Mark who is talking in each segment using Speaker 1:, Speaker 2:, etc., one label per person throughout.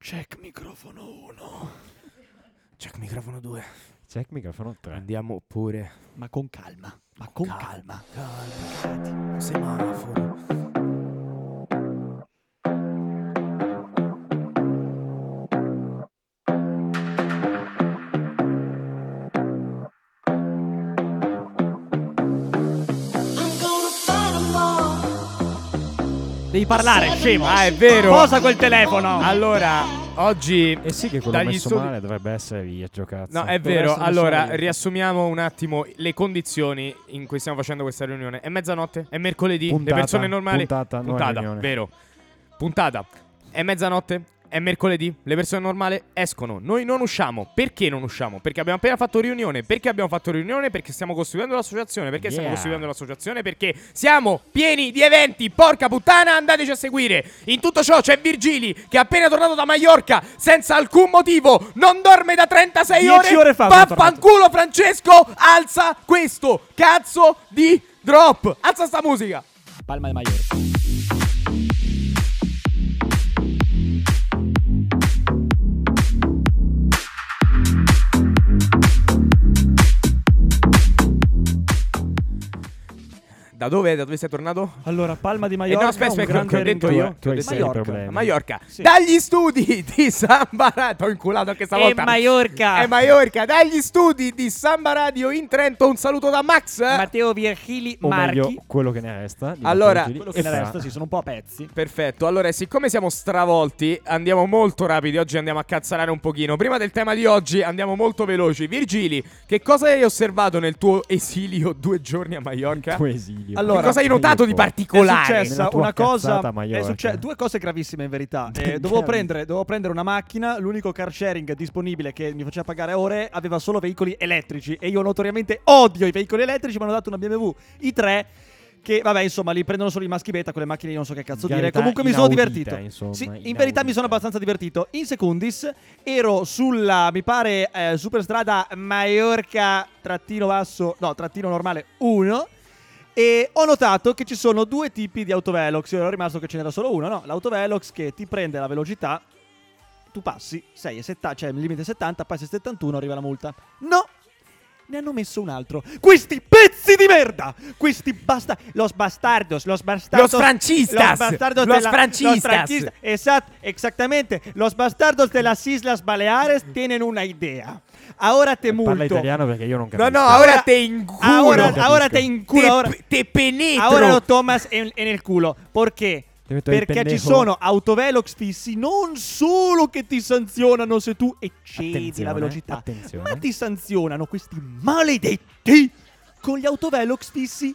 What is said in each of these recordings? Speaker 1: Check microfono 1.
Speaker 2: Check microfono 2.
Speaker 3: Check microfono 3.
Speaker 2: Andiamo pure.
Speaker 1: Ma con calma, ma con calma.
Speaker 2: Calma. Semaforo.
Speaker 1: Devi parlare, scemo.
Speaker 2: Ah, è vero.
Speaker 1: Posa quel telefono.
Speaker 2: Allora, oggi eh
Speaker 3: E sì che quello
Speaker 2: Dagli
Speaker 3: messo
Speaker 2: studi-
Speaker 3: male dovrebbe essere via giocazzo.
Speaker 2: No, è
Speaker 3: Dovrebbe
Speaker 2: vero.
Speaker 3: essere messo
Speaker 2: Allora,
Speaker 3: lì.
Speaker 2: riassumiamo un attimo le condizioni in cui stiamo facendo questa riunione. È mezzanotte, è mercoledì,
Speaker 3: Puntata,
Speaker 2: le persone normali.
Speaker 3: puntata, non riunione.
Speaker 2: vero. Puntata. È mezzanotte, è mercoledì, le persone normali escono. Noi non usciamo. Perché non usciamo? Perché abbiamo appena fatto riunione. Perché abbiamo fatto riunione? Perché stiamo costituendo l'associazione. Perché stiamo
Speaker 3: Yeah.
Speaker 2: costituendo l'associazione? Perché siamo pieni di eventi. Porca puttana, andateci a seguire. In tutto ciò c'è Virgili che è appena tornato da Maiorca senza alcun motivo. Non dorme da 36
Speaker 1: Dieci ore fa sono tornato.
Speaker 2: Vaffanculo Francesco, alza questo cazzo di drop. Alza sta musica.
Speaker 1: Palma di Maior.
Speaker 2: Da dove? Da dove sei tornato?
Speaker 1: Allora, Palma di
Speaker 2: Eh,
Speaker 1: Maior.
Speaker 2: no, aspetta, aspetta,
Speaker 3: grande
Speaker 2: che ho detto
Speaker 3: ringhio.
Speaker 2: io.
Speaker 3: Tu hai
Speaker 2: Che ho
Speaker 3: seri
Speaker 2: detto io.
Speaker 1: Maiorca.
Speaker 3: problemi.
Speaker 2: A Maiorca.
Speaker 1: Sì.
Speaker 2: Dagli studi di San Barat. Ho inculato anche stavolta.
Speaker 1: Maiorca.
Speaker 2: È Maiorca. Dagli studi di Samba Radio in Trento. Un saluto da Max.
Speaker 1: Matteo Virgili
Speaker 3: O meglio, quello che ne resta. di
Speaker 2: Allora,
Speaker 3: Matteo Gili,
Speaker 1: Quello che
Speaker 3: e
Speaker 1: ne
Speaker 3: fra-
Speaker 1: resta, sì, sono un po' a pezzi.
Speaker 2: Perfetto, allora siccome siamo stravolti andiamo molto rapidi, oggi andiamo a cazzarare un pochino Prima del tema di oggi andiamo molto veloci Virgili, che cosa hai osservato nel tuo esilio due giorni a Maiorca?
Speaker 3: tuo esilio.
Speaker 1: Allora,
Speaker 2: che cosa hai notato di
Speaker 1: È
Speaker 2: particolare?
Speaker 3: Nella
Speaker 1: successa
Speaker 3: tua
Speaker 1: una cosa.
Speaker 3: cazzata
Speaker 1: È
Speaker 3: Maiorca.
Speaker 1: succe- due cose gravissime in verità. Eh,
Speaker 3: Perché?
Speaker 1: dovevo, prendere, dovevo prendere una macchina. L'unico car sharing disponibile che mi faceva pagare a ore aveva solo veicoli elettrici. E io notoriamente odio i veicoli elettrici. Mi hanno dato una BMW i3. Che vabbè, insomma, li prendono solo i maschi beta con le macchine, io non so che cazzo
Speaker 3: Gravità
Speaker 1: dire. Comunque mi sono
Speaker 3: inaudita,
Speaker 1: divertito.
Speaker 3: insomma,
Speaker 1: Sì, in
Speaker 3: inaudita.
Speaker 1: verità mi sono abbastanza divertito. In secundis ero sulla, mi pare, eh, superstrada Maiorca trattino basso, no, trattino normale 1. E ho notato che ci sono due tipi di autovelox. Io ero rimasto che ce n'era solo uno, no? L'autovelox che ti prende la velocità, tu passi 6 e 70, cioè il limite è 70, passi 71, arriva la multa. No! Ne hanno messo un altro. Questi pezzi di merda! Questi basta. Los bastardos, los bastardos.
Speaker 2: Los francistas!
Speaker 1: Los bastardos
Speaker 2: Los
Speaker 1: de la-
Speaker 2: francistas!
Speaker 1: Los francistas. Exact- exactamente. Los bastardos de las Islas Baleares tienen una idea. Ahora
Speaker 2: Eh,
Speaker 1: te multo.
Speaker 3: Parla italiano perché io non
Speaker 2: No,
Speaker 3: capisco.
Speaker 2: no, ora te inculo
Speaker 1: Ahora,
Speaker 3: capisco.
Speaker 1: ahora te inculo.
Speaker 2: te,
Speaker 1: Ahora,
Speaker 2: te penetro
Speaker 1: ahora lo tomas en, en el culo. Perché?
Speaker 3: Ti metto il
Speaker 1: Perché ci
Speaker 3: pendejo.
Speaker 1: sono autovelox fissi non solo che ti sanzionano se tu eccedi
Speaker 3: Attenzione,
Speaker 1: la velocità,
Speaker 3: attenzione.
Speaker 1: ma ti sanzionano questi maledetti con gli autovelox fissi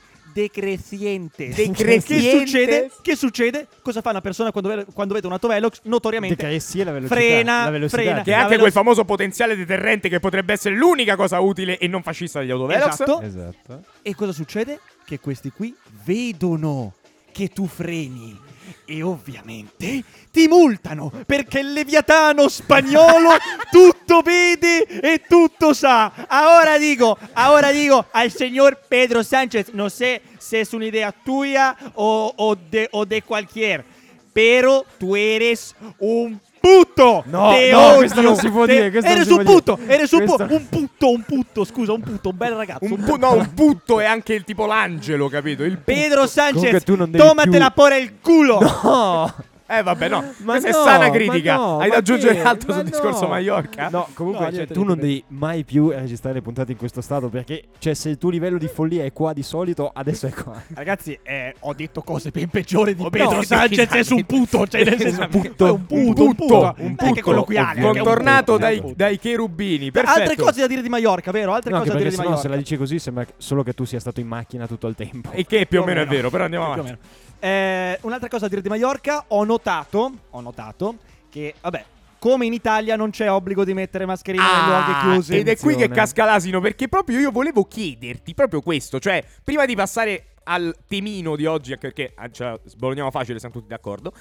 Speaker 1: decrecientes.
Speaker 2: Decrecientes?
Speaker 1: Che succede? Che succede? Cosa fa una persona quando, ve- quando vede un autovelox? Notoriamente
Speaker 3: Decressi la velocità.
Speaker 1: Frena,
Speaker 3: la velocità.
Speaker 1: frena.
Speaker 2: Che è
Speaker 1: La
Speaker 2: anche
Speaker 1: veloc-
Speaker 2: quel famoso potenziale deterrente che potrebbe essere l'unica cosa utile e non fascista degli autovelox
Speaker 1: Esatto.
Speaker 3: Esatto.
Speaker 1: E cosa succede? Che questi qui vedono che tu freni. E ovviamente ti multano perché il leviatano spagnolo tutto vede e tutto sa. Ahora dico, ahora dico al signor Pedro Sánchez, non sé se è un'idea tua o, o de, o de cualquier, pero tu eres un puto.
Speaker 3: No,
Speaker 1: Te
Speaker 3: no,
Speaker 1: odio.
Speaker 3: questo non si può
Speaker 1: Te-
Speaker 3: dire, questo non
Speaker 1: Eres
Speaker 3: si
Speaker 1: un
Speaker 3: può
Speaker 1: puto,
Speaker 3: dire.
Speaker 1: eres un, pu-
Speaker 3: Questo-
Speaker 1: un putto, un putto, scusa, un putto, un bel ragazzo.
Speaker 2: Un pu- no, un putto è anche il tipo l'angelo, capito? Il pu-
Speaker 1: Pedro Sanchez,
Speaker 3: Comunque tu non devi
Speaker 1: tomatela
Speaker 3: più-
Speaker 1: por il culo.
Speaker 3: No.
Speaker 2: Eh vabbè no,
Speaker 3: Ma
Speaker 2: questa
Speaker 3: no,
Speaker 2: è sana critica
Speaker 3: ma no,
Speaker 2: Hai
Speaker 3: ma
Speaker 2: da aggiungere
Speaker 3: che?
Speaker 2: altro
Speaker 3: Ma
Speaker 2: sul
Speaker 3: no.
Speaker 2: discorso Maiorca?
Speaker 3: No, comunque
Speaker 1: No,
Speaker 3: cioè,
Speaker 1: niente,
Speaker 3: tu
Speaker 1: niente,
Speaker 3: non devi mai più registrare le puntate in questo stato perché cioè, se il tuo livello di follia è qua di solito, adesso è qua.
Speaker 1: Ragazzi, eh, ho detto cose ben peggiori di
Speaker 2: Oh,
Speaker 1: Pedro
Speaker 2: no,
Speaker 1: Sanchez
Speaker 2: dai.
Speaker 1: è su un puto, cioè nel senso
Speaker 2: Esatto.
Speaker 1: un puto, un puto, un puto,
Speaker 2: un
Speaker 1: Dai, che
Speaker 2: putto,
Speaker 1: colloquiale, anche un
Speaker 2: Contornato
Speaker 1: puto,
Speaker 2: dai,
Speaker 1: un puto.
Speaker 2: dai cherubini Perfetto
Speaker 1: Altre cose da dire di Maiorca, vero? Altre
Speaker 3: No, anche
Speaker 1: cose
Speaker 3: perché
Speaker 1: da dire di
Speaker 3: sennò se
Speaker 1: Maiorca.
Speaker 3: la dici così sembra solo che tu sia stato in macchina tutto il tempo.
Speaker 2: E che più o meno è
Speaker 1: meno.
Speaker 2: vero, però andiamo
Speaker 1: Più o
Speaker 2: avanti
Speaker 1: meno. Eh, un'altra cosa da dire di Maiorca, ho notato, ho notato che vabbè, come in Italia non c'è obbligo di mettere mascherine in luoghi chiusi.
Speaker 2: Ah, Ed è qui che
Speaker 3: Attenzione.
Speaker 2: casca l'asino, perché proprio io volevo chiederti proprio questo, cioè prima di passare al temino di oggi, anche perché ah, ce la sbologniamo facile, siamo tutti d'accordo.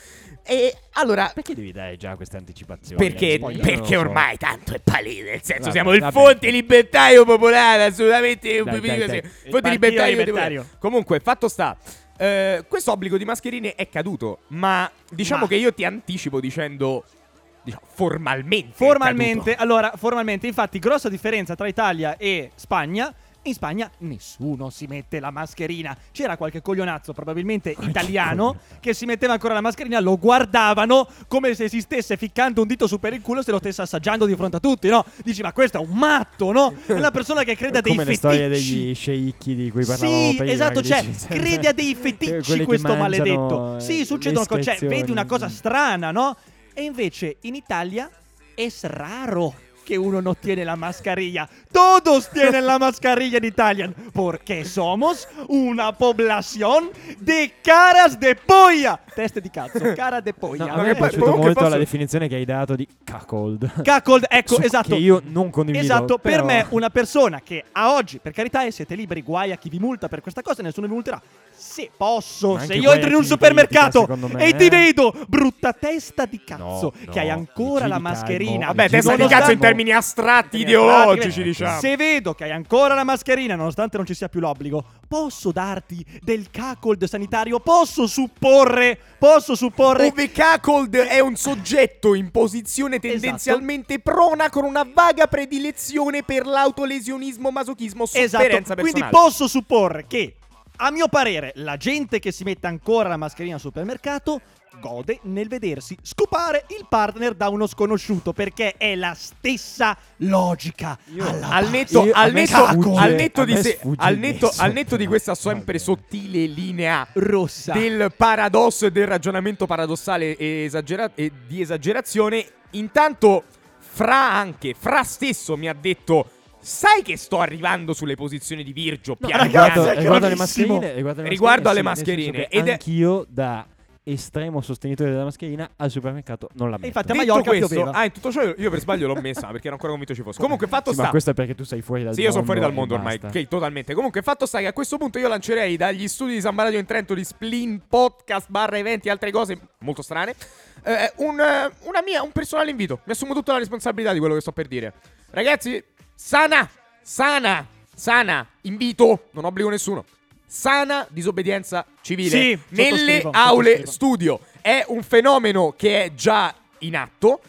Speaker 2: E allora,
Speaker 3: Perché devi dare già queste anticipazioni?
Speaker 2: perché,
Speaker 3: Io non
Speaker 2: perché
Speaker 3: lo so.
Speaker 2: ormai tanto è palese, nel senso
Speaker 3: Vabbè,
Speaker 2: siamo il
Speaker 3: vabbè.
Speaker 2: fonte libertario popolare, assolutamente
Speaker 3: Dai, dai, dai. Il
Speaker 2: fonte
Speaker 1: partito
Speaker 2: libertario,
Speaker 1: libertario.
Speaker 2: popolare. Comunque, fatto sta. eh, questo obbligo di mascherine è caduto, ma diciamo
Speaker 1: Ma-
Speaker 2: che io ti anticipo dicendo diciamo, formalmente. è
Speaker 1: Formalmente,
Speaker 2: caduto.
Speaker 1: allora, formalmente, infatti, grossa differenza tra Italia e Spagna. In Spagna nessuno si mette la mascherina. C'era qualche coglionazzo, probabilmente italiano, che si metteva ancora la mascherina, lo guardavano come se si stesse ficcando un dito su per il culo e se lo stesse assaggiando di fronte a tutti, no? Dici, ma questo è un matto, no? È una persona che crede a dei
Speaker 3: Come le
Speaker 1: feticci.
Speaker 3: storie degli sceicchi di cui parlavamo
Speaker 1: Sì,
Speaker 3: prima,
Speaker 1: esatto,
Speaker 3: che
Speaker 1: cioè,
Speaker 3: dici sempre-
Speaker 1: crede a dei
Speaker 3: quelli
Speaker 1: feticci
Speaker 3: che
Speaker 1: questo
Speaker 3: mangiano,
Speaker 1: maledetto.
Speaker 3: eh,
Speaker 1: Sì,
Speaker 3: le
Speaker 1: succedono cose, cioè,
Speaker 3: ispezioni.
Speaker 1: vedi una cosa strana, no? E invece in Italia è raro che uno non tiene la mascarilla. Todos tienen la mascarilla in Italia, perché somos una población de caras de polla. Teste di cazzo, cara de
Speaker 3: No,
Speaker 1: polla.
Speaker 3: a me
Speaker 2: Eh,
Speaker 3: è
Speaker 2: poi-
Speaker 3: piaciuto
Speaker 2: poi che
Speaker 3: molto
Speaker 2: posso-
Speaker 3: la definizione che hai dato di cuckold.
Speaker 1: Cuckold, ecco,
Speaker 3: Su-
Speaker 1: esatto.
Speaker 3: Che io non condivido.
Speaker 1: Esatto, per
Speaker 3: però-
Speaker 1: me una persona che a oggi, per carità, e siete liberi, guai a chi vi multa per questa cosa, nessuno vi multerà. Se posso,
Speaker 3: Ma
Speaker 1: se
Speaker 3: anche
Speaker 1: io
Speaker 3: guai
Speaker 1: entro
Speaker 3: a
Speaker 1: in un
Speaker 3: chi mi
Speaker 1: supermercato
Speaker 3: critica, secondo me,
Speaker 1: e ti
Speaker 3: eh.
Speaker 1: vedo, brutta testa di cazzo,
Speaker 3: No,
Speaker 1: che hai
Speaker 3: no, boh,
Speaker 1: ancora
Speaker 3: Gigi
Speaker 1: la
Speaker 3: Calmo,
Speaker 1: mascherina.
Speaker 2: Vabbè,
Speaker 3: Gigi
Speaker 2: testa di
Speaker 3: Nonostante-
Speaker 2: cazzo in termini astratti,
Speaker 1: Termini
Speaker 2: ideologici,
Speaker 1: astratti,
Speaker 2: diciamo.
Speaker 1: Se vedo che hai ancora la mascherina, nonostante non ci sia più l'obbligo, posso darti del cacold sanitario? Posso supporre, posso supporre
Speaker 2: Ove Cacold è un soggetto in posizione tendenzialmente prona con una vaga predilezione per l'autolesionismo, masochismo, sofferenza
Speaker 1: Esatto. Quindi
Speaker 2: personale.
Speaker 1: posso supporre che, a mio parere, la gente che si mette ancora la mascherina al supermercato gode nel vedersi scopare il partner da uno sconosciuto perché è la stessa logica. alla
Speaker 2: al
Speaker 1: base.
Speaker 2: netto,
Speaker 3: Io-
Speaker 2: al
Speaker 3: a me
Speaker 2: netto-
Speaker 3: sfugge-
Speaker 2: al netto
Speaker 3: a
Speaker 2: di
Speaker 3: me
Speaker 2: se-
Speaker 3: sfugge
Speaker 2: al netto-
Speaker 3: adesso.
Speaker 2: al netto di questa sempre
Speaker 3: Vabbè.
Speaker 2: sottile linea
Speaker 1: rossa.
Speaker 2: del paradosso e del ragionamento paradossale e, esagera- e di esagerazione. Intanto, Fra anche, Fra stesso mi ha detto: Sai che sto arrivando sulle posizioni di Virgio piano
Speaker 1: ragazzi,
Speaker 2: piano?"
Speaker 1: è
Speaker 3: riguardo, riguardo alle
Speaker 1: gravissimo.
Speaker 3: mascherine, riguardo alle
Speaker 2: Riguardo alle
Speaker 3: mascherine, sì, nel
Speaker 2: mascherine,
Speaker 3: senso che
Speaker 2: ed è-
Speaker 3: anch'io da estremo sostenitore della mascherina al supermercato non la metto.
Speaker 1: infatti, a
Speaker 2: Detto
Speaker 1: Maiorca
Speaker 2: questo,
Speaker 1: pioveva.
Speaker 2: ah, in tutto ciò io io per sbaglio l'ho messa perché ero ancora convinto ci fosse. Comunque, fatto
Speaker 3: Sì,
Speaker 2: sta.
Speaker 3: ma questo è perché tu sei fuori dal
Speaker 2: Sì,
Speaker 3: mondo.
Speaker 2: io sono fuori dal
Speaker 3: e
Speaker 2: mondo ormai,
Speaker 3: basta.
Speaker 2: ok, totalmente. Comunque, fatto sta che a questo punto io lancerei dagli studi di San Baradio in Trento di Splin, podcast, barra eventi e altre cose molto strane. eh, un, eh, una mia, un personale invito. Mi assumo tutta la responsabilità di quello che sto per dire. Ragazzi, sana, sana, sana, invito, non obbligo nessuno. Sana disobbedienza civile
Speaker 1: Sì,
Speaker 2: nelle
Speaker 1: sottoscrivo,
Speaker 2: aule
Speaker 1: sottoscrivo.
Speaker 2: studio. È un fenomeno che è già in atto.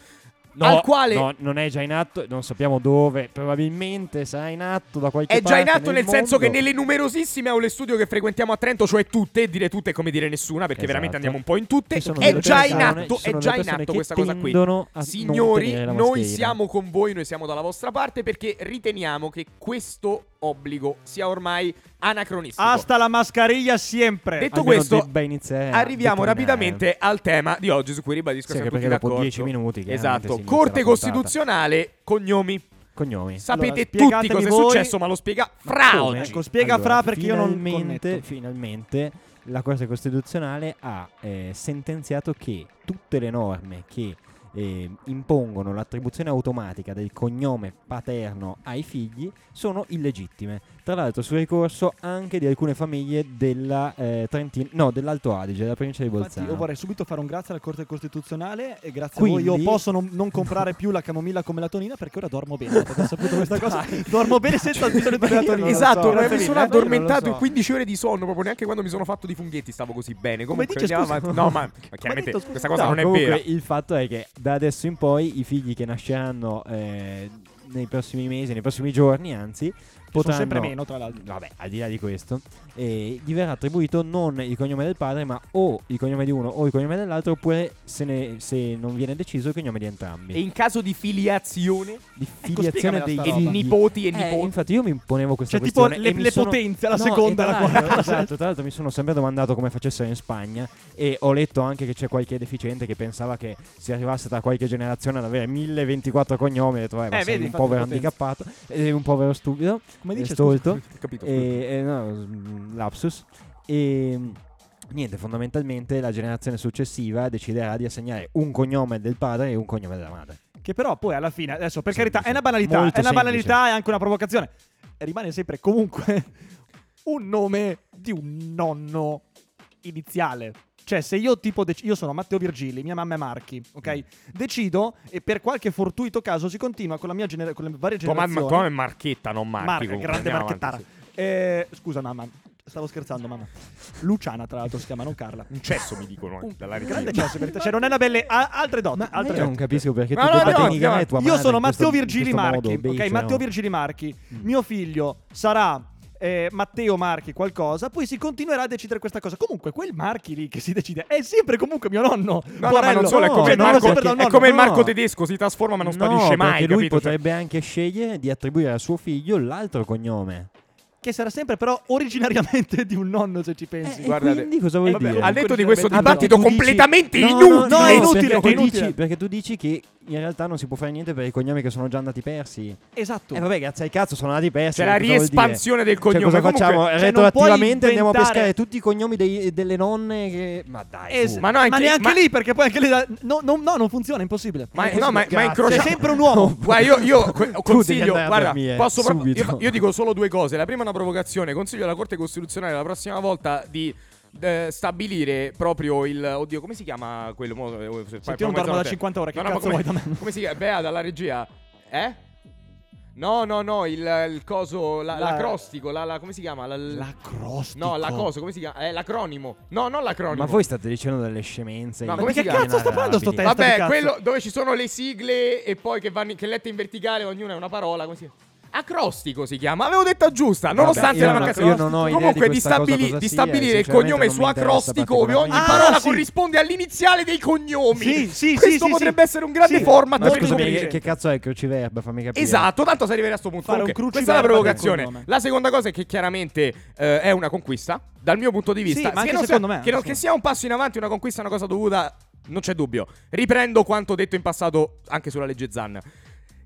Speaker 3: No,
Speaker 2: al quale
Speaker 3: no, non è già in atto, non sappiamo dove, probabilmente sarà in atto da qualche
Speaker 2: È
Speaker 3: parte
Speaker 2: già in atto nel, senso che
Speaker 3: mondo.
Speaker 2: nelle numerosissime aule studio che frequentiamo a Trento, cioè tutte, dire tutte è come dire nessuna, perché
Speaker 3: Esatto.
Speaker 2: veramente andiamo un po' in tutte,
Speaker 3: Ci sono
Speaker 2: è
Speaker 3: delle
Speaker 2: già in
Speaker 3: persone-
Speaker 2: atto,
Speaker 3: ci
Speaker 2: è
Speaker 3: sono
Speaker 2: già
Speaker 3: delle
Speaker 2: in atto
Speaker 3: persone
Speaker 2: questa
Speaker 3: che
Speaker 2: cosa qui.
Speaker 3: tendono a non
Speaker 2: Signori,
Speaker 3: tenere la
Speaker 2: noi
Speaker 3: mascherina.
Speaker 2: siamo con voi, noi siamo dalla vostra parte perché riteniamo che questo obbligo sia ormai anacronistico.
Speaker 1: Hasta la mascherina sempre.
Speaker 2: Detto
Speaker 3: Almeno
Speaker 2: questo,
Speaker 3: debba iniziare a
Speaker 2: Eh, Arriviamo
Speaker 3: ritornare.
Speaker 2: rapidamente al tema di oggi su cui ribadisco
Speaker 3: Sì,
Speaker 2: siamo
Speaker 3: anche
Speaker 2: tutti
Speaker 3: perché dopo
Speaker 2: d'accordo.
Speaker 3: 10 minuti, chiaramente, si
Speaker 2: Esatto.
Speaker 3: inizia
Speaker 2: Corte
Speaker 3: la puntata.
Speaker 2: Costituzionale, cognomi.
Speaker 3: Cognomi.
Speaker 2: Sapete
Speaker 1: spiegatemi
Speaker 2: tutti cosa è
Speaker 1: voi-
Speaker 2: successo, ma lo spiega Fra
Speaker 1: come?
Speaker 2: oggi.
Speaker 1: Ecco, spiega Fra perché io non
Speaker 3: finalmente,
Speaker 1: connetto.
Speaker 3: finalmente la Corte Costituzionale ha eh, sentenziato che tutte le norme che eh, impongono l'attribuzione automatica del cognome paterno ai figli sono illegittime. Tra l'altro su ricorso anche di alcune famiglie della, eh, Trentin- no, dell'Alto Adige, della provincia di
Speaker 1: Infatti,
Speaker 3: Bolzano.
Speaker 1: io vorrei subito fare un grazie alla Corte Costituzionale e grazie
Speaker 3: Quindi-
Speaker 1: a voi io posso non, non comprare più la camomilla con melatonina perché ora dormo bene. Avete saputo questa cosa? dormo bene senza il bisogno di melatonina.
Speaker 3: non lo
Speaker 2: Esatto,
Speaker 3: so,
Speaker 2: ma
Speaker 3: grazie
Speaker 2: mi
Speaker 3: mille,
Speaker 2: sono
Speaker 3: eh, io non lo
Speaker 2: addormentato in
Speaker 3: so.
Speaker 2: 15 ore di sonno, proprio neanche quando mi sono fatto di funghetti stavo così bene. Comunque
Speaker 1: dice,
Speaker 2: andiamo
Speaker 1: scusa?
Speaker 2: avanti. No, ma, ma
Speaker 1: detto,
Speaker 2: chiaramente
Speaker 1: scusa?
Speaker 2: questa cosa
Speaker 3: No,
Speaker 2: non è
Speaker 3: comunque
Speaker 2: vera.
Speaker 3: Il fatto è che da adesso in poi i figli che nasceranno eh, nei prossimi mesi, nei prossimi giorni, anzi,
Speaker 1: Sono
Speaker 3: potranno
Speaker 1: sempre meno, tra l'altro.
Speaker 3: Vabbè, al di là di questo, eh, gli verrà attribuito non il cognome del padre, ma o il cognome di uno o il cognome dell'altro, oppure se, ne- se non viene deciso il cognome di entrambi.
Speaker 2: E in caso di filiazione,
Speaker 3: di
Speaker 1: spiegamela
Speaker 3: filiazione dei
Speaker 1: ecco, sta
Speaker 2: e
Speaker 1: roba.
Speaker 3: figli.
Speaker 2: nipoti e
Speaker 3: Eh,
Speaker 2: nipoti.
Speaker 3: infatti io mi imponevo questa
Speaker 1: Cioè, tipo
Speaker 3: questione
Speaker 1: le,
Speaker 3: e mi
Speaker 1: le
Speaker 3: sono-
Speaker 1: potenze, la
Speaker 3: No,
Speaker 1: seconda,
Speaker 3: e
Speaker 1: la
Speaker 3: tra
Speaker 1: quarta.
Speaker 3: l'altro- Esatto, tra l'altro mi sono sempre domandato come facessero in Spagna e ho letto anche che c'è qualche deficiente che pensava che si arrivasse tra qualche generazione ad avere 1024 cognomi, ho detto, "Vabbè, ma
Speaker 1: Eh,
Speaker 3: sei
Speaker 1: vedi,
Speaker 3: un
Speaker 1: infatti,
Speaker 3: povero
Speaker 1: potenza.
Speaker 3: handicappato, eh, un povero stupido,
Speaker 1: Come
Speaker 3: eh,
Speaker 1: dice,
Speaker 3: stolto
Speaker 2: Capito?
Speaker 3: e, e no, mm, lapsus e mm, niente fondamentalmente la generazione successiva deciderà di assegnare un cognome del padre e un cognome della madre
Speaker 1: Che però poi alla fine, adesso per
Speaker 3: Semplice.
Speaker 1: carità, è una banalità,
Speaker 3: Molto
Speaker 1: è una
Speaker 3: semplice.
Speaker 1: banalità e anche una provocazione. Rimane sempre comunque un nome di un nonno iniziale. Cioè, se io tipo dec- io sono Matteo Virgili, mia mamma è Marchi, ok? Decido e per qualche fortuito caso si continua con la mia gener- con le varie
Speaker 2: Tua mamma,
Speaker 1: generazioni.
Speaker 2: tua mamma è Marchetta, non Marchi.
Speaker 1: Marca,
Speaker 2: comunque.
Speaker 1: grande
Speaker 2: Andiamo avanti,
Speaker 1: marchettara. Eh, scusa mamma, Stavo scherzando, mamma. Luciana, tra l'altro, si chiama, non Carla.
Speaker 2: Un cesso mi dicono anche dalla
Speaker 1: Grande
Speaker 2: regia.
Speaker 1: cesso, perché cioè, non è una belle. a- altre doti.
Speaker 3: Ma
Speaker 1: altre
Speaker 3: io Cioè, non
Speaker 1: doti.
Speaker 3: capisco perché
Speaker 2: No,
Speaker 3: tu
Speaker 2: no,
Speaker 3: devi
Speaker 2: no,
Speaker 3: denigrare
Speaker 2: no.
Speaker 3: tua
Speaker 1: Io
Speaker 3: madre
Speaker 1: sono
Speaker 3: in questo-
Speaker 1: Matteo
Speaker 3: in questo
Speaker 1: Virgili Marchi.
Speaker 3: modo,
Speaker 1: ok,
Speaker 3: becero.
Speaker 2: diciamo.
Speaker 1: Matteo Virgili Marchi.
Speaker 2: Mm.
Speaker 1: Mio figlio sarà. eh, Matteo Marchi qualcosa, poi si continuerà a decidere questa cosa. Comunque, quel Marchi lì che si decide è sempre comunque mio nonno. Cioè,
Speaker 2: No, no, ma non solo, è
Speaker 3: No,
Speaker 2: come, il
Speaker 3: no,
Speaker 2: Marco,
Speaker 3: sempre dal
Speaker 2: è
Speaker 3: nonno,
Speaker 2: come il
Speaker 3: no.
Speaker 2: Marco tedesco, si trasforma ma non sparisce
Speaker 3: no,
Speaker 2: mai,
Speaker 3: perché lui
Speaker 2: capito? Cioè,
Speaker 3: potrebbe anche scegliere di attribuire a suo figlio l'altro cognome.
Speaker 1: Che sarà sempre, però, originariamente di un nonno, se ci pensi.
Speaker 3: Eh,
Speaker 2: guardate.
Speaker 3: quindi cosa vuoi
Speaker 1: Eh, vabbè,
Speaker 3: dire?
Speaker 1: al
Speaker 2: Al detto di questo
Speaker 1: Ah, però
Speaker 2: dibattito
Speaker 3: tu dici-
Speaker 2: completamente
Speaker 3: No,
Speaker 2: inutile.
Speaker 3: No, no,
Speaker 1: è inutile,
Speaker 3: perché,
Speaker 1: è
Speaker 3: tu
Speaker 1: inutile.
Speaker 3: Dici, perché tu dici che in realtà non si può fare niente per i cognomi che sono già andati persi.
Speaker 1: Esatto.
Speaker 3: Eh vabbè, grazie al cazzo sono andati persi.
Speaker 2: C'è la
Speaker 3: cosa vuol dire?
Speaker 2: riespansione del
Speaker 3: Cioè,
Speaker 2: cognome.
Speaker 3: cosa
Speaker 2: Comunque-
Speaker 3: facciamo?
Speaker 1: non
Speaker 3: Retroattivamente
Speaker 1: puoi
Speaker 3: andiamo a
Speaker 1: inventare-
Speaker 3: pescare tutti i cognomi dei- delle nonne che... Ma dai,
Speaker 1: Es-
Speaker 3: su.
Speaker 2: Eh, Ma
Speaker 1: ma,
Speaker 2: no, anche-
Speaker 1: neanche
Speaker 2: ma-
Speaker 1: lì, perché poi anche lì. da- No, no, no, non funziona, è impossibile.
Speaker 2: Ma,
Speaker 1: È
Speaker 2: no, ma, ma
Speaker 3: Grazie.
Speaker 1: C'è
Speaker 2: incrociamo.
Speaker 1: sempre un uomo.
Speaker 2: Guarda, io, io co-
Speaker 3: devi
Speaker 2: consiglio,
Speaker 3: andare a
Speaker 2: guarda,
Speaker 3: dormire,
Speaker 2: posso proprio- io,
Speaker 3: subito.
Speaker 2: io dico solo due cose. La prima è una provocazione. Consiglio alla Corte Costituzionale la prossima volta di eh, stabilire proprio il oddio, come si chiama quello? mo- eh, se
Speaker 1: Se
Speaker 2: fai-
Speaker 1: io non
Speaker 2: fai
Speaker 1: dormo da
Speaker 2: mezzanotte.
Speaker 1: 50 ore, che
Speaker 2: No, no, ma
Speaker 1: cazzo
Speaker 2: come-
Speaker 1: vuoi da me?
Speaker 2: Come si chiama? Bea dalla regia. Eh? No, no, no, il, il coso la-
Speaker 1: La-
Speaker 2: l'acrostico, la, la- come si chiama? La,
Speaker 1: L'acrostico.
Speaker 2: No, la cosa, come si chiama? Eh, l'acronimo. No, non l'acronimo.
Speaker 3: Ma voi state dicendo delle scemenze.
Speaker 2: Ma
Speaker 1: Ma
Speaker 2: come
Speaker 1: di
Speaker 2: si
Speaker 1: che
Speaker 2: chiama?
Speaker 1: cazzo sta parlando sto
Speaker 3: Inarrabili.
Speaker 1: testa di
Speaker 2: Vabbè,
Speaker 1: cazzo?
Speaker 2: quello dove ci sono le sigle e poi che vanno che lette in verticale, ognuna è una parola, come si chiama? Acrostico si chiama, avevo detta giusta, nonostante
Speaker 3: io
Speaker 2: la
Speaker 3: non-
Speaker 2: mancanza
Speaker 3: io non ho idea
Speaker 2: Comunque,
Speaker 3: di questa
Speaker 2: stabili-
Speaker 3: cosa cosa
Speaker 2: di
Speaker 3: sia, e
Speaker 2: stabilire il
Speaker 3: sinceramente
Speaker 2: cognome
Speaker 3: non
Speaker 2: su
Speaker 3: mi interessa
Speaker 2: acrostico, dove ogni
Speaker 1: particolarmente.
Speaker 2: parola
Speaker 1: Ah, sì.
Speaker 2: corrisponde all'iniziale dei cognomi.
Speaker 1: Sì, sì,
Speaker 2: Questo
Speaker 1: sì, sì,
Speaker 2: potrebbe
Speaker 1: sì.
Speaker 2: essere un grande
Speaker 1: Sì.
Speaker 2: format
Speaker 3: Ma
Speaker 1: Molto
Speaker 2: per il
Speaker 3: scusami, che,
Speaker 1: intelligente.
Speaker 3: che cazzo è il cruciverba? Fammi capire.
Speaker 2: Esatto, tanto si arriverà a sto punto.
Speaker 1: Fare un
Speaker 2: Comunque,
Speaker 1: cruciverba
Speaker 2: questa è la
Speaker 1: del
Speaker 2: provocazione.
Speaker 1: cognome.
Speaker 2: La seconda cosa è che chiaramente eh, è una conquista, dal mio punto di vista.
Speaker 1: Sì, ma
Speaker 2: Che
Speaker 1: anche
Speaker 2: non sia-
Speaker 1: secondo me,
Speaker 2: Che, non-
Speaker 1: sì.
Speaker 2: che sia un passo in avanti, una conquista, è una cosa dovuta, non c'è dubbio. Riprendo quanto detto in passato anche sulla legge Zan.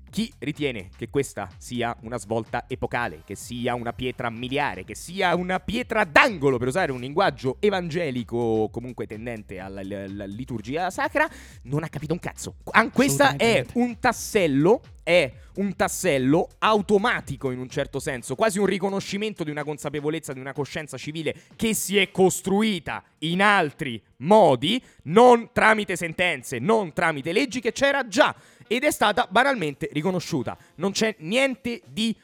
Speaker 2: Chi ritiene che questa sia una svolta epocale, che sia una pietra miliare, che sia una pietra d'angolo, per usare un linguaggio evangelico comunque tendente alla, alla liturgia sacra, non ha capito un cazzo. An- questa è
Speaker 1: Assolutamente.
Speaker 2: un tassello, è un tassello automatico in un certo senso, quasi un riconoscimento di una consapevolezza, di una coscienza civile che si è costruita in altri modi, non tramite sentenze, non tramite leggi che c'era già ed è stata banalmente riconosciuta. Non c'è niente di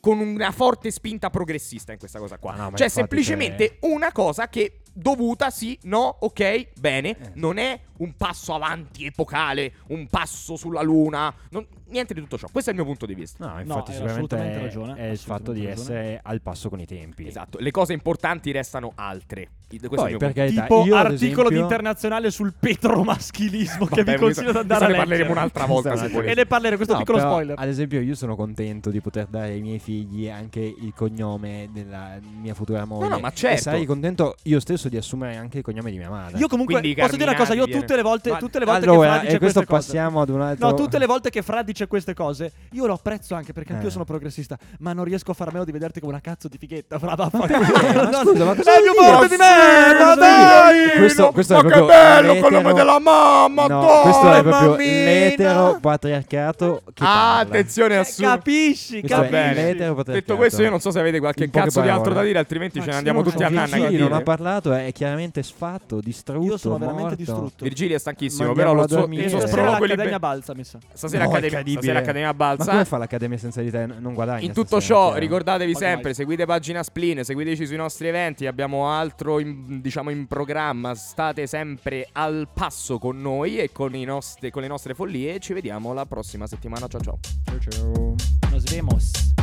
Speaker 2: con una forte spinta progressista in questa cosa qua.
Speaker 3: Ah, no, ma
Speaker 2: cioè
Speaker 3: infatti,
Speaker 2: semplicemente una cosa che dovuta sì, no, ok, bene,
Speaker 1: Eh.
Speaker 2: non è un passo avanti epocale, un passo sulla luna, non- niente di tutto ciò. Questo è il mio punto di vista.
Speaker 3: No,
Speaker 1: No, hai
Speaker 3: infatti, sicuramente
Speaker 1: assolutamente
Speaker 3: è,
Speaker 1: ragione,
Speaker 3: è il fatto di
Speaker 1: assolutamente ragione.
Speaker 3: essere al passo con i tempi.
Speaker 2: Esatto, le cose importanti restano altre. I- Questo è
Speaker 3: Poi,
Speaker 2: il mio
Speaker 3: per carità,
Speaker 1: Tipo
Speaker 3: io, ad
Speaker 1: articolo di
Speaker 3: esempio-
Speaker 1: internazionale sul petromaschilismo
Speaker 2: punto.
Speaker 1: che vi
Speaker 2: Vabbè,
Speaker 1: consiglio di
Speaker 2: questo-
Speaker 1: andare
Speaker 2: questo
Speaker 1: a
Speaker 2: ne
Speaker 1: leggere.
Speaker 2: parleremo un'altra volta se
Speaker 3: Esatto.
Speaker 2: volete.
Speaker 1: E ne parleremo, questo
Speaker 3: No,
Speaker 1: piccolo
Speaker 3: però,
Speaker 1: spoiler.
Speaker 3: Ad esempio, io sono contento di poter dare ai miei figli anche il cognome della mia futura moglie.
Speaker 2: No, no, ma
Speaker 3: E
Speaker 2: certo.
Speaker 3: sarei contento io stesso di assumere anche il cognome di mia madre.
Speaker 1: Io comunque
Speaker 2: Quindi
Speaker 1: posso dire una cosa, io
Speaker 2: Carminati
Speaker 1: tutte le volte,
Speaker 2: viene-
Speaker 1: tutte le volte che Fra
Speaker 3: eh. allora,
Speaker 1: dice
Speaker 3: e questo
Speaker 1: queste cose-
Speaker 3: passiamo ad un altro.
Speaker 1: No, tutte le volte che Fra dice queste cose, io lo apprezzo anche perché anch'io
Speaker 3: Eh.
Speaker 1: sono progressista, ma non riesco a far a meno di vederti come una cazzo di fighetta, Fra. Ma
Speaker 3: ma scusa, ma cosa vuol
Speaker 1: Sei più
Speaker 3: dire?
Speaker 1: forte di
Speaker 3: Ma cosa
Speaker 1: me,
Speaker 3: vuol
Speaker 1: ma
Speaker 3: dire?
Speaker 1: dai!
Speaker 3: Questo- questo
Speaker 2: ma
Speaker 3: è
Speaker 2: che
Speaker 3: proprio
Speaker 2: bello il
Speaker 3: l'etero-
Speaker 2: cognome della mamma! boh, eh,
Speaker 3: no,
Speaker 2: dai,
Speaker 3: questo è proprio
Speaker 2: mammina!
Speaker 3: l'etero patriarcato che
Speaker 2: Ah,
Speaker 3: parla.
Speaker 2: attenzione a
Speaker 1: Cioè, capisci,
Speaker 3: Questo
Speaker 2: Va
Speaker 3: è
Speaker 2: bene.
Speaker 1: capisci.
Speaker 3: l'etero patriarcato.
Speaker 2: Detto questo, io non so se avete qualche
Speaker 3: In poche
Speaker 2: cazzo di altro da
Speaker 3: parole.
Speaker 2: dire, altrimenti
Speaker 1: Ma
Speaker 2: ce ne
Speaker 1: sì,
Speaker 2: andiamo
Speaker 1: no,
Speaker 2: tutti
Speaker 1: no,
Speaker 2: a nanna.
Speaker 3: Virgilio non ha
Speaker 2: guardate.
Speaker 3: parlato, è chiaramente sfatto, distrutto,
Speaker 1: Io sono veramente
Speaker 3: morto.
Speaker 1: distrutto.
Speaker 2: Virgilio è stanchissimo, però
Speaker 3: Mandiamolo
Speaker 2: lo
Speaker 3: a
Speaker 2: so.
Speaker 3: dormire.
Speaker 2: Il
Speaker 1: E
Speaker 2: suo
Speaker 3: Io-
Speaker 1: stasera
Speaker 2: sprologo
Speaker 1: l'Accademia
Speaker 2: liber-
Speaker 1: Balsa, mi sa.
Speaker 2: Stasera
Speaker 3: No, è
Speaker 2: Accademia-
Speaker 3: incredibile.
Speaker 2: stasera Accademia
Speaker 3: Ma come
Speaker 2: Balsa.
Speaker 3: fa l'Accademia senza di te? Non guadagna.
Speaker 2: In tutto
Speaker 3: stasera,
Speaker 2: ciò,
Speaker 3: chiaro.
Speaker 2: ricordatevi
Speaker 1: Poi
Speaker 2: sempre,
Speaker 1: mai.
Speaker 2: seguite pagina Splin, seguiteci sui nostri eventi, abbiamo altro in, diciamo in programma, state sempre al passo con noi e con, i nostri- con le nostre follie ci vediamo la prossima settimana, ciao ciao.
Speaker 3: Ciao, ciao.
Speaker 1: Nos vemos.